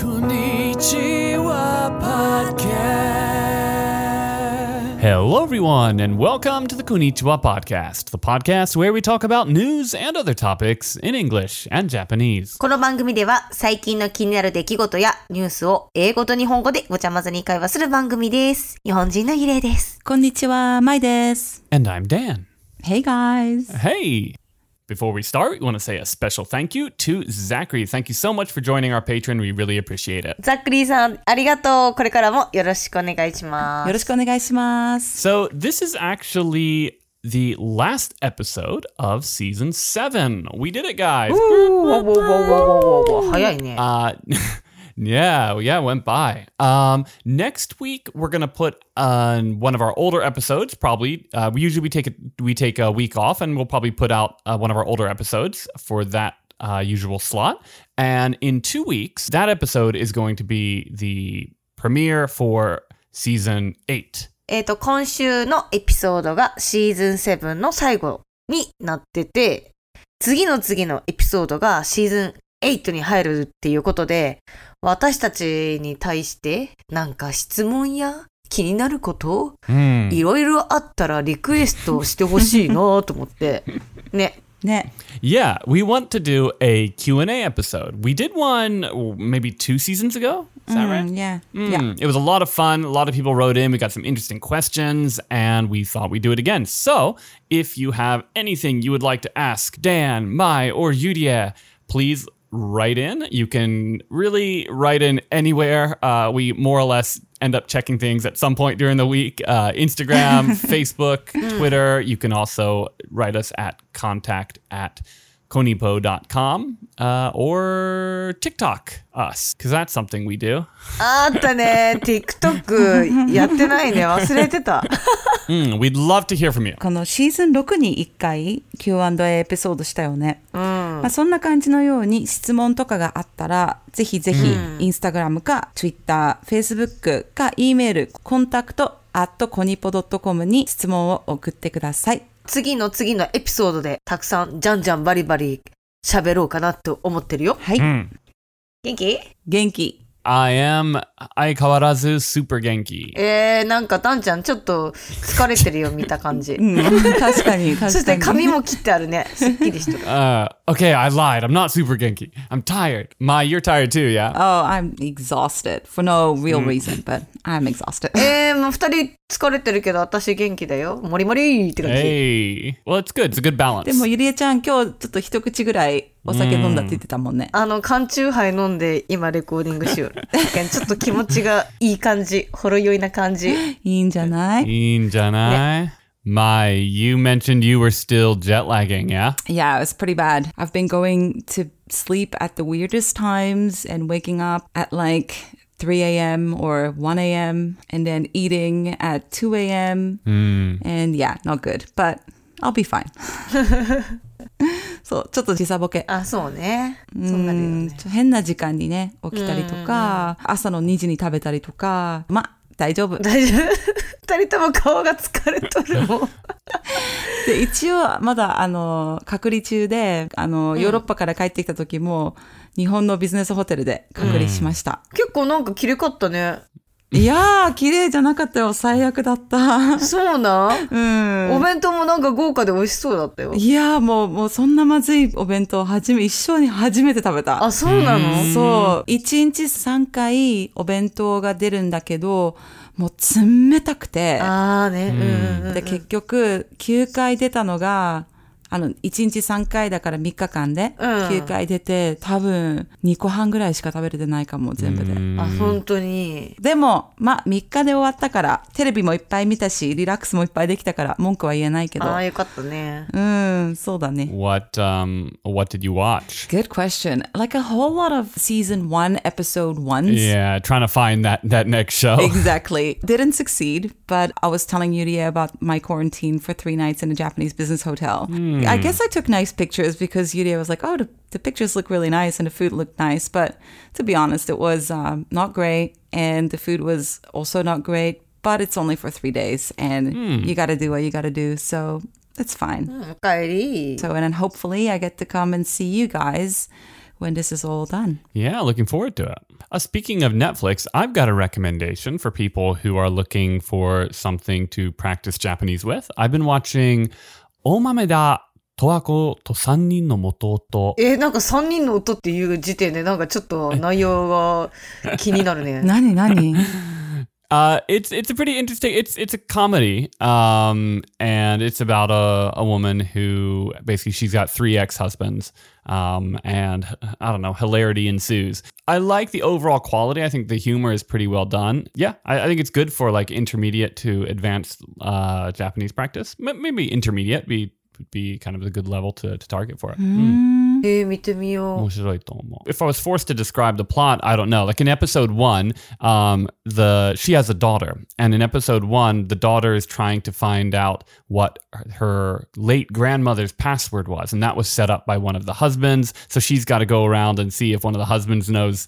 こんにちは、podcast. Hello, everyone, and welcome to the Konnichiwa Podcast, the podcast where we talk about news and other topics in English and Japanese. この番組では最近の気になる出来事やニュースを英語と日本語でごちゃ混ぜに会話する番組です。日本人のヒレです。こんにちは、マイです。 And I'm Dan. Hey guys! Hey! Before we start, we want to say a special thank you to Zachary. Thank you so much for joining our patron. We really appreciate it. ザックリーさん、ありがとう。これからもよろしくお願いしまよす。ろしくお願いします。 So, this is actually the last episode of season seven. We did it, guys. おおおおおお早いね。 Uh, yeah, yeah, went by. Um, next week we're gonna put on one of our older episodes. Probably, uh, we usually we take a, we take a week off, and we'll probably put out uh, one of our older episodes for that uh, usual slot. And in two weeks, that episode is going to be the premiere for season eight. えっと、今週のエピソードがシーズン7の最後になってて、次の次のエピソードがシーズン8に入るっていうことで、私たちに対してなんか質問や気になることいろいろあったらリクエストしてほしいなと思って。ね。ね、 Yeah, we want to do a Q&A episode. We did one oh, maybe two seasons ago. Is that う right? ん、yeah, Mm, yeah. It was a lot of fun. A lot of people wrote in. We got some interesting questions, and we thought we'd do it again. So, if you have anything you would like to ask Dan, Mai, or Yudia, please write in. You can really write in anywhere. Uh, we more or less end up checking things at some point during the week uh, Instagram, Facebook, Twitter. You can also write us at contact at konipo.com uh, or TikTok us, because that's something we do. あったね。TikTok やってないね。忘れてた。 Mm, we'd love to hear from you. このシーズン6に1回 Q&A エピソードしたよね。まあ、そんな感じのように質問とかがあったら、ぜひぜひインスタグラムか Twitter、Facebook か E メール、コンタクト at コニポ .com に質問を送ってください。次の次のエピソードでたくさんじゃんじゃんバリバリ喋ろうかなと思ってるよ。はい、元気元気。 I am Aikawarazu Super Genki. えー、なんかダンちゃんちょっと疲れてるよ。見た感じう。 ん、確かに、確かに。そして髪も切ってあるね。すっきりしてる。 Uh, okay, I lied. I'm not Super Genki. I'm tired. Mai, you're tired too, yeah? Oh, I'm exhausted for no real reason, but I'm exhausted. えー、もう二人疲れてるけど私元気だよ。もりもりって感じ。 Hey. Well, it's good. It's a good で balance. もゆりえちゃん今日ちょっと一口ぐらいお酒飲んだって言ってたもんね。あの、缶チューハイ飲んで今レコーディングしよう。確かにちょっと気持ちがいい感じ、ほろ酔いな感じ。いいんじゃない In Janai. Mai, you mentioned you were still jet lagging, yeah? Yeah, it was pretty bad. I've been going to sleep at the weirdest times and waking up at like 3 a.m. or 1 a.m. and then eating at 2 a.m. And yeah, not good, but I'll be fine. そう、ちょっと時差ボケ。あ、そうね。そうなるようんね。ちょ変な時間にね起きたりとか、朝の2時に食べたりとかまあ大丈夫大丈夫。 二人とも顔が疲れとる もん。で一応まだあの隔離中であのヨーロッパから帰ってきた時も、日本のビジネスホテルで隔離しました、結構なんかきれかったね。いやー綺麗じゃなかったよ最悪だったそうなん、うんお弁当もなんか豪華で美味しそうだったよ。いやーもうもうそんなまずいお弁当はじめ一生に初めて食べたあ、そうなのそう1日3回お弁当が出るんだけどもう冷たくてあーね。うんうんで結局9回出たのがあの1日3回だから3日間でうん9回出て、多分2個半ぐらいしか食べれてないかも全部で、うん。あ、本当に。でもまあ3日で終わったからテレビもいっぱい見たしリラックスもいっぱいできたから文句は言えないけどああ、よかったね。うんそうだね What um what did you watch? Good question like a whole lot of season 1 episode 1s Yeah, trying to find that that next show. Exactly. Didn't succeed, but I was telling Yuria about my quarantine for three nights in a Japanese business hotel. I guess I took nice pictures because Yuria was like, oh, the, the pictures look really nice and the food looked nice. But to be honest, it was um, not great. And the food was also not great, but it's only for three days. And you got to do what you got to do. So it's fine. うんおかえり。 So, and then hopefully I get to come and see you guys when this is all done. Yeah, looking forward to it. Uh, speaking of Netflix, I've got a recommendation for people who are looking for something to practice Japanese with. I've been watching Omameda Toako to Sannin no Mototo. えーなんか3人の音っていう時点でなんかちょっ と内容が気になる ね。 Nani, nani. Uh, it's it's a pretty interesting. It's it's a comedy, um, and it's about a, a woman who basically she's got three ex husbands, um, and I don't know, hilarity ensues. I like the overall quality. I think the humor is pretty well done. Yeah, I, I think it's good for like intermediate to advanced uh, Japanese practice. M- maybe intermediate be would be kind of a good level to, to target for it. Mm. えー見てみよ面白いと思う。If I was forced to describe the plot, I don't know. Like in episode one, um, the she has a daughter, and in episode one, the daughter is trying to find out what her late grandmother's password was, and that was set up by one of the husbands. So she's got to go around and see if one of the husbands knows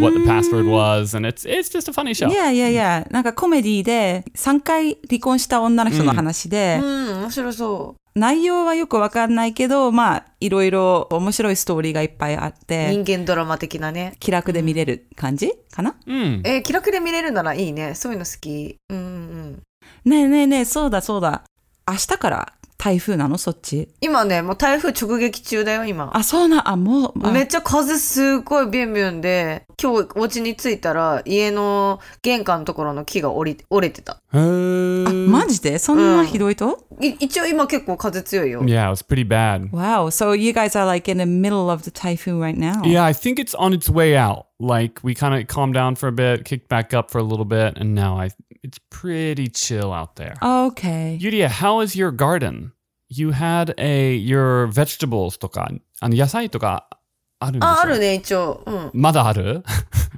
what the password was, and it's it's just a funny show. Yeah, yeah, yeah. なんかコメディで3回離婚した女の人の話で、う。うん、面白そ内容はよくわかんないけど、まあ、いろいろ面白いストーリーがいっぱいあっう。て、人間ドラマ的なね。気楽で見れる感じかな Hmm. えー気楽で見れるならいいね。そういうの好き。うんうんうん。ねえねえねえ、そうだそうだ。明日から台風なのそっち。今ね、もう台風直撃中だよ、今。あ、そうな、あ、もう、あめっちゃ風すごいビュンビュンで、今日お家に着いたら家の玄関のところの木が折り折れてた。あマジでそんなひどいと、い一応今結構風強いよ。 yeah, it was pretty bad. Wow, so you guys are like in the middle of the typhoon right now. Yeah, I think it's on its way out. Like we kind of calmed down for a bit, kicked back up for a little bit, and now I it's pretty chill out there. Oh. Okay. Yuria, how is your garden? You had a your vegetables とか、あの野菜とかあるんですあ、かあるね、一応。うん。まだある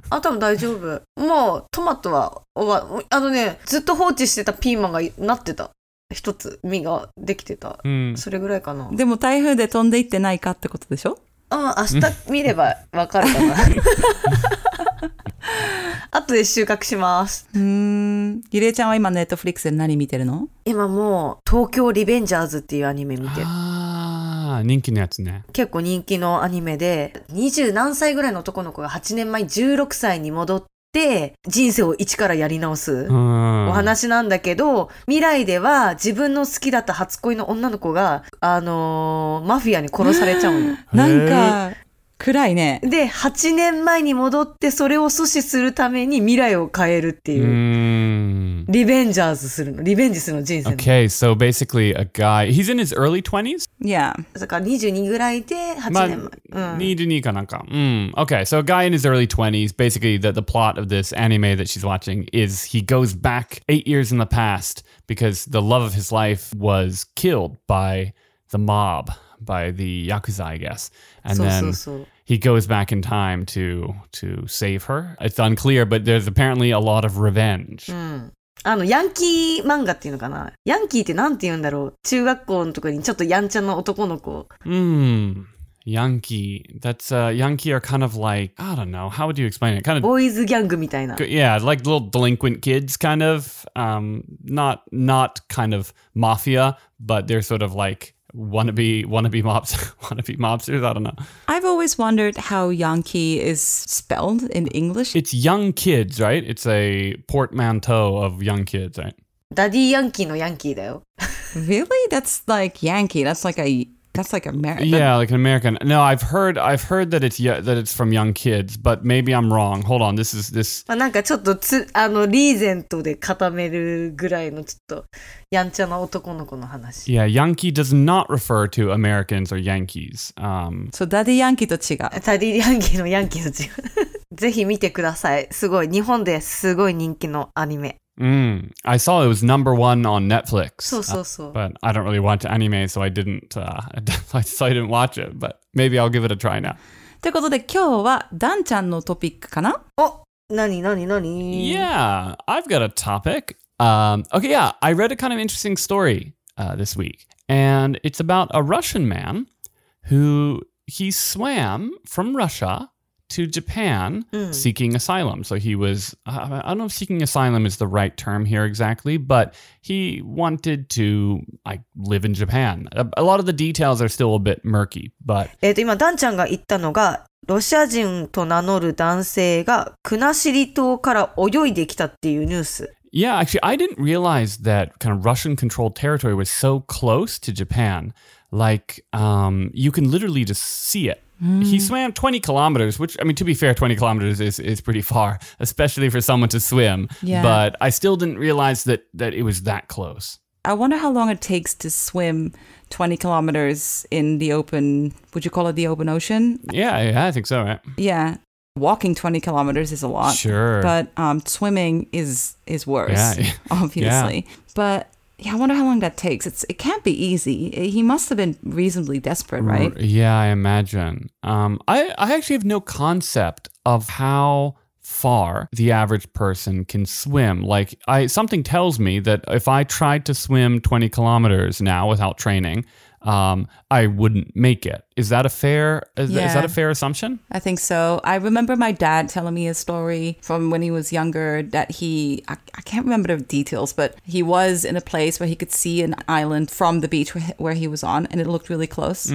あ、多分大丈夫。もう、トマトは、おわ、あのね、ずっと放置してたピーマンがなってた。一つ、実ができてた。うん。それぐらいかな。うん、でも台風で飛んでいってないかってことでしょ明日見ればわかるか な。 あとで収穫します。うーん。ゆりえちゃんは今ネットフリックスで何見てるの今もう、東京リベンジャーズっていうアニメ見てる。ああ、人気のやつね。結構人気のアニメで、二十何歳ぐらいの男の子が8年前16歳に戻って、人生を一からやり直すう。ん。お話なんだけど、未来では自分の好きだった初恋の女の子が、あのーマフィアに殺されちゃうのよ。なんか、暗いね。で、8年前に戻ってそれを阻止するために未来を変えるっていうう。ん。リベンジャーズするの。リベンジするの、人生の。 Okay, so basically a guy, he's in his early 20s? Yeah. だから22ぐらいで8まあ年前。うん。 22かなんか。うん。Okay, Mm. so a guy in his early 20s, basically the, the plot of this anime that she's watching is he goes back eight years in the past because the love of his life was killed by the mob, by the Yakuza, I guess. And そうそ then うそう。 he goes back in time to to save her. It's unclear, but there's apparently a lot of revenge. うん。あの、ヤンキー漫画っていうのかな。ヤンキーってなんて言うんだろう。中学校のとこにちょっとやんちゃな男の子。 Mm. Yankee. That's uh Yankee are kind of like I don't know, how would you explain it? Kind of ボーイズギャングみたいな。 yeah like little delinquent kids kind of um not not kind of mafia but they're sort of like wannabe wannabe mobs wannabe mobsters i don't know I've always wondered how Yankee is spelled in English. it's young kids right it's a portmanteau of young kids right ダディヤンキーのヤンキーだよ。 Really? That's like Yankee. That's like a, that's like American. yeah like an american no i've heard i've heard that it's yeah, that it's from young kids but maybe i'm wrong hold on this is this まあ、なんかちょっとつ、あの、リーゼントで固めるぐらいのちょっと、やんちゃな男の子の話。 yeah yankee does not refer to americans or yankees um So Daddy Yankee と違う。ダディヤンキーのヤンキーの違う。 ぜひ見てください。すごい。日本ですごい人気のアニメ。 mm, i saw it was number one on netflix そうそうそう。 but I don't really watch anime, so I didn't. Uh, I so I didn't watch it, but maybe I'll give it a try now. ということで今日はダンちゃんのトピックかなおなになになに Yeah, I've got a topic. Um, okay, yeah, I read a kind of interesting story uh, this week, and it's about a Russian man who he swam from Russia to Japan seeking asylum. So he was, uh, I don't know if seeking asylum is the right term here exactly, but he wanted to I live in Japan. A, a lot of the details are still a bit murky, but えっ、と、今、ダンちゃんが言ったのが、ロシア人と名乗る男性が国後島から泳いできたっていうニュース。 Yeah, actually, I didn't realize that kind of Russian controlled territory was so close to Japan. Like, um, you can literally just see it. Mm. He swam 20 kilometers, which, I mean, to be fair, 20 kilometers is, is pretty far, especially for someone to swim. Yeah. But I still didn't realize that, that it was that close. I wonder how long it takes to swim 20 kilometers in the open, would you call it the open ocean? Yeah, yeah I think so, right? Yeah. Walking 20 kilometers is a lot. Sure. Uh, But um, swimming is is worse, Yeah. obviously. But yeah, I wonder how long that takes. It's it can't be easy. He must have been reasonably desperate, right? R- Yeah, I imagine. Um, I, I actually have no concept of how far the average person can swim. Like, I something tells me that if I tried to swim 20 kilometers now without training, um, I wouldn't make it. Is that a fair? Is, that- is that Yeah. a fair assumption? I think so. I remember my dad telling me a story from when he was younger that he, I, I can't remember the details, but he was in a place where he could see an island from the beach where he- where he was on and it looked really close.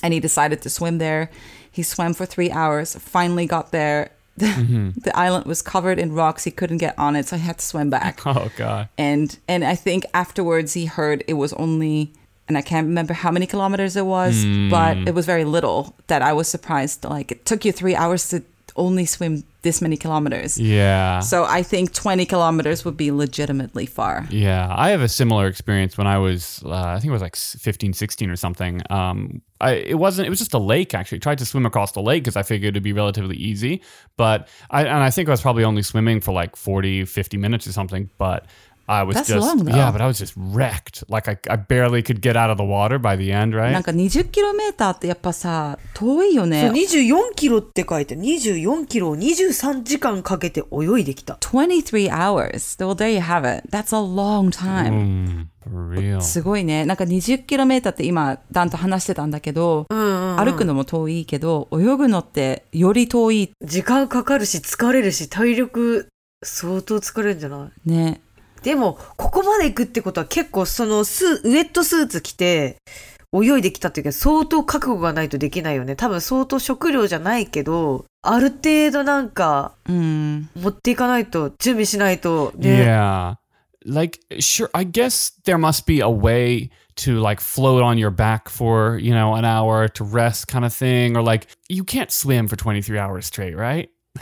And he decided to swim there. He swam for three hours, finally got there. The, the island was covered in rocks. He couldn't get on it, so he had to swim back. Oh god. And and I think afterwards he heard it was only and I can't remember how many kilometers it was, but it was very little that I was surprised like it took you 3 hours to only swim this many kilometers. Yeah. So I think 20 kilometers would be legitimately far. Yeah, I have a similar experience when I was, uh, I think it was like s- 15, 16 or something. Um, I, it wasn't, it was just a lake actually. I tried to swim across the lake because I figured it'd be relatively easy. But I, and I think I was probably only swimming for like 40, 50 minutes or something. But I was That's just, long, though. yeah, but I was just wrecked. Like I, I barely could get out of the water by the end, right? なんか20キロメーターってやっぱさ遠いよそうね。 24キロって書いて、24キロを23時間かけて泳いできた。 23 hours. Well, there you have it. That's a long time. Mm, for real. すごいね。なんか20キロメーターって今、ダンと話してたんだけど、Ah. 歩くのも遠いけど、泳ぐのってより遠い時間かかるし、疲れるし、体力相当疲れるんじゃないね。でも、ここまで行くってことは結構そのスーウェットスーツ着て、泳いできたっていうか相当覚悟がないとできないよね。多分相当食料じゃないけど、ある程度なんかうん。持っていかないと、準備しないとね。 Yeah. Like, sure, I guess there must be a way to like float on your back for, you know, an hour to rest kind of thing. Or like, you can't swim for 23 hours straight, right?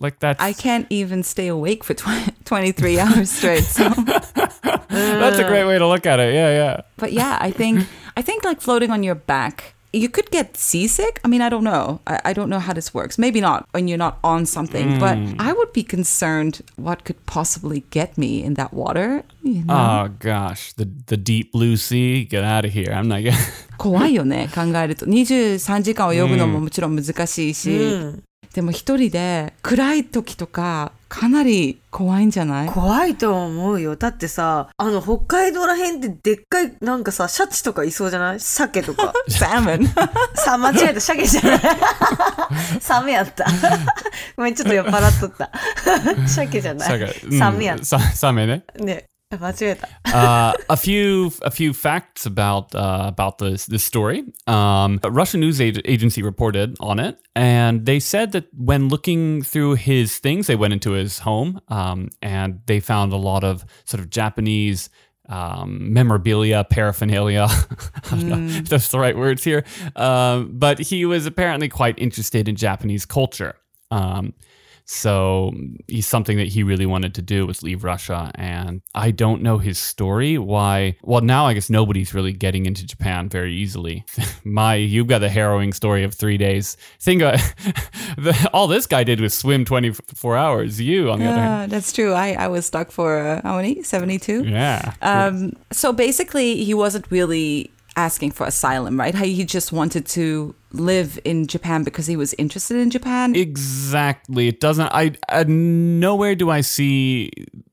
like, that's. I can't even stay awake for 20 23 hours straight. So. that's a great way to look at it. Yeah, yeah. But yeah, I think, I think like floating on your back, you could get seasick. I mean, I don't know. I, I don't know how this works. Maybe not when you're not on something, but I would be concerned what could possibly get me in that water. You know? Oh gosh, the the deep blue sea. Get out of here. I'm not. 怖いよね考えると23時間泳ぐのももちろん難しいし、うん。でも一人で暗い時とかかなり怖いんじゃない怖いと思うよ。だってさ、あの、北海道らへんってでっかい、なんかさ、シャチとかいそうじゃない鮭とか。 サーモンさ、間違えた、鮭じゃない。 サメやった。 ごめん、ちょっと酔っ払っとった。 鮭じゃない。サメやっ mm, Some た。ね。間違えた。 uh, a few a few facts about uh, about this this story. Um, a Russian news ag- agency reported on it, and they said that when looking through his things, they went into his home, um, and they found a lot of sort of Japanese. Um, memorabilia, paraphernalia. I don't know if that's the right words here. Um, but he was apparently quite interested in Japanese culture. Um, so he's something that he really wanted to do was leave Russia. And I don't know his story. Why? Well, now I guess nobody's really getting into Japan very easily. My, you've got the harrowing story of three days. Think uh, the, all this guy did was swim 24 hours. You, on the other hand. Yeah, Uh, That's true I, I was stuck for uh, how many 72 Yeah. Um, so basically, he wasn't really asking for asylum, right? He just wanted to live in Japan because he was interested in Japan. Exactly. It doesn't. I, I nowhere do I see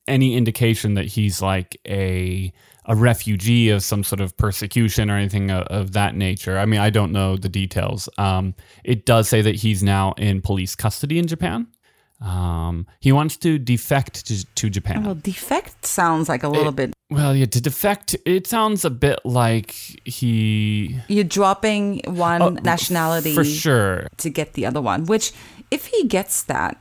any indication that he's like a a refugee of some sort of persecution or anything of, of that nature. I mean, I don't know the details. Um, it does say that he's now in police custody in Japan. Um, he wants to defect to, to Japan. Oh, Well, defect sounds like a little bit. Well, yeah, to defect, it sounds a bit like he. You're dropping one Oh, nationality For sure. to get the other one, which, if he gets that,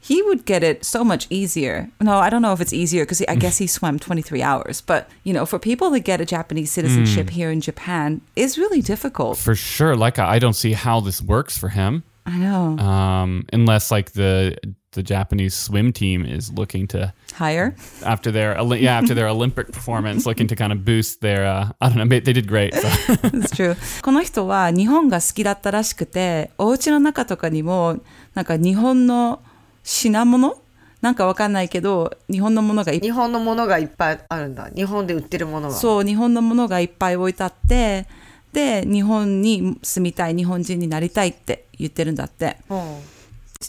he would get it so much easier. No, I don't know if it's easier because Mm. I guess he swam 23 hours. But, you know, for people to get a Japanese citizenship Mm. here in Japan is really difficult. For sure. Like, I I don't see how this works for him. I know. Um, unless, like, the the Japanese swim team is looking to Higher? after their Oli- yeah after their Olympic performance, looking to kind of boost their uh, I don't know they they did great. so. It's true. この人は日本が好きだったらしくて、お家の中とかにも、なんか日本の品物なんかわかんないけど、日本のものがいっぱい日本のものがいっぱいあるんだ。日本で売ってるものが。そう日本のものがいっぱい置いてあってで日本に住みたい日本人になりたいって言ってるんだってうん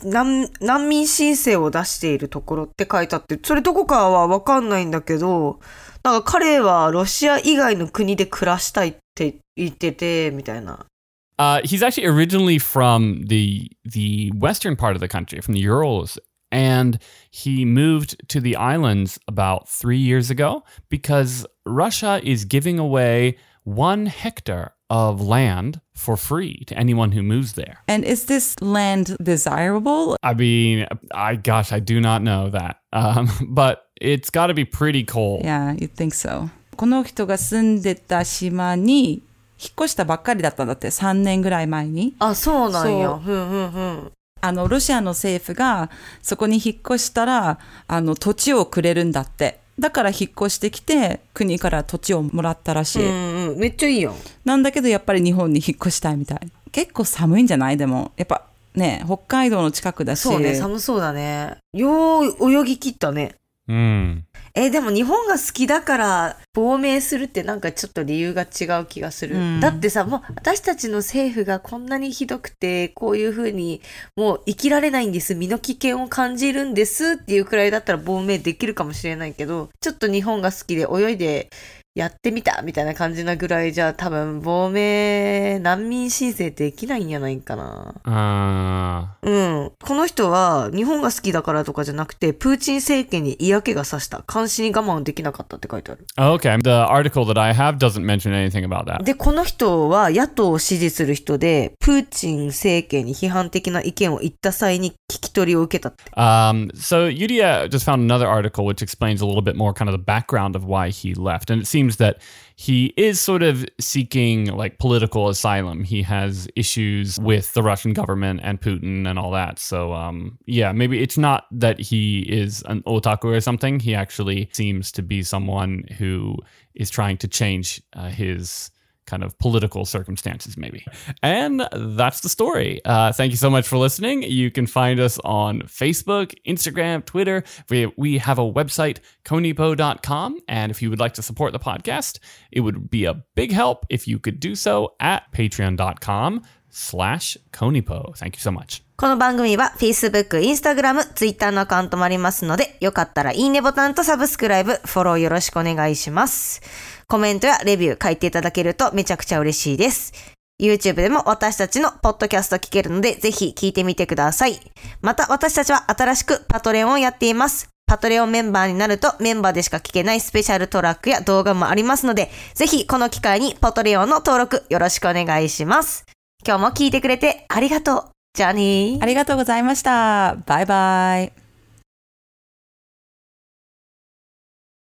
難難民申請を出しているところって書いてあって、それどこかはわかんないんだけど、なんか彼はロシア以外の国で暮らしたいって言ってて、みたいな。 Uh, he's actually originally from the the western part of the country, from the Urals, and he moved to the islands about three years ago because Russia is giving away one hectare of land for free to anyone who moves there. And is this land desirable? I mean, I gosh, I do not know that, um, but it's got to be pretty cold. Yeah, you think so. この人が住んでた島に引っ越したばっかりだったんだって3年ぐらい前にあ、そうなんや。そうふんふんふん。あのロシアの政府がそこに引っ越したらあの土地をくれるんだってだから引っ越してきて国から土地をもらったらしい、うんうん。めっちゃいいやん。なんだけどやっぱり日本に引っ越したいみたい結構寒いんじゃないでもやっぱね北海道の近くだしそうね、寒そうだね。よう泳ぎ切ったね。 Mm. えでも日本が好きだから亡命するってなんかちょっと理由が違う気がする、うんだってさもう私たちの政府がこんなにひどくてこういうふうにもう生きられないんです身の危険を感じるんですっていうくらいだったら亡命できるかもしれないけどちょっと日本が好きで泳いでやってみたみたいな感じなぐらいじゃ多分亡命難民申請できないんじゃないかな Uh, うん。この人は日本が好きだからとかじゃなくて、プーチン政権に嫌気がさした。監視に我慢できなかったって書いてある。 okay, the article that I have doesn't mention anything about that. で、この人は野党を支持する人で、プーチン政権に批判的な意見を言った際に聞き取りを受けたって。 Um, so Yudia just found another article which explains a little bit more kind of the background of why he left, and it seems that he is sort of seeking like political asylum. He has issues with the Russian government and Putin and all that. So um, yeah, maybe it's not that he is an otaku or something. He actually seems to be someone who is trying to change uh, his kind of political circumstances, maybe. And that's the story. Uh, thank you so much for listening. You can find us on Facebook, Instagram, Twitter. We, we have a website, conipo.com. And if you would like to support the podcast, it would be a big help if you could do so at patreon.com slash conipo. Thank you so much. この番組は Facebook、Instagram、Twitter のアカウントもありますので、よかったらいいねボタンとサブスクライブ、フォローよろしくお願いします。コメントやレビュー書いていただけるとめちゃくちゃ嬉しいです。YouTube でも私たちのポッドキャスト聞けるので、ぜひ聞いてみてください。また私たちは新しくパトレオンをやっています。パトレオンメンバーになるとメンバーでしか聞けないスペシャルトラックや動画もありますので、ぜひこの機会にパトレオンの登録よろしくお願いします。今日も聞いてくれてありがとう。じゃあねーあ。りがとうございましたバイバイ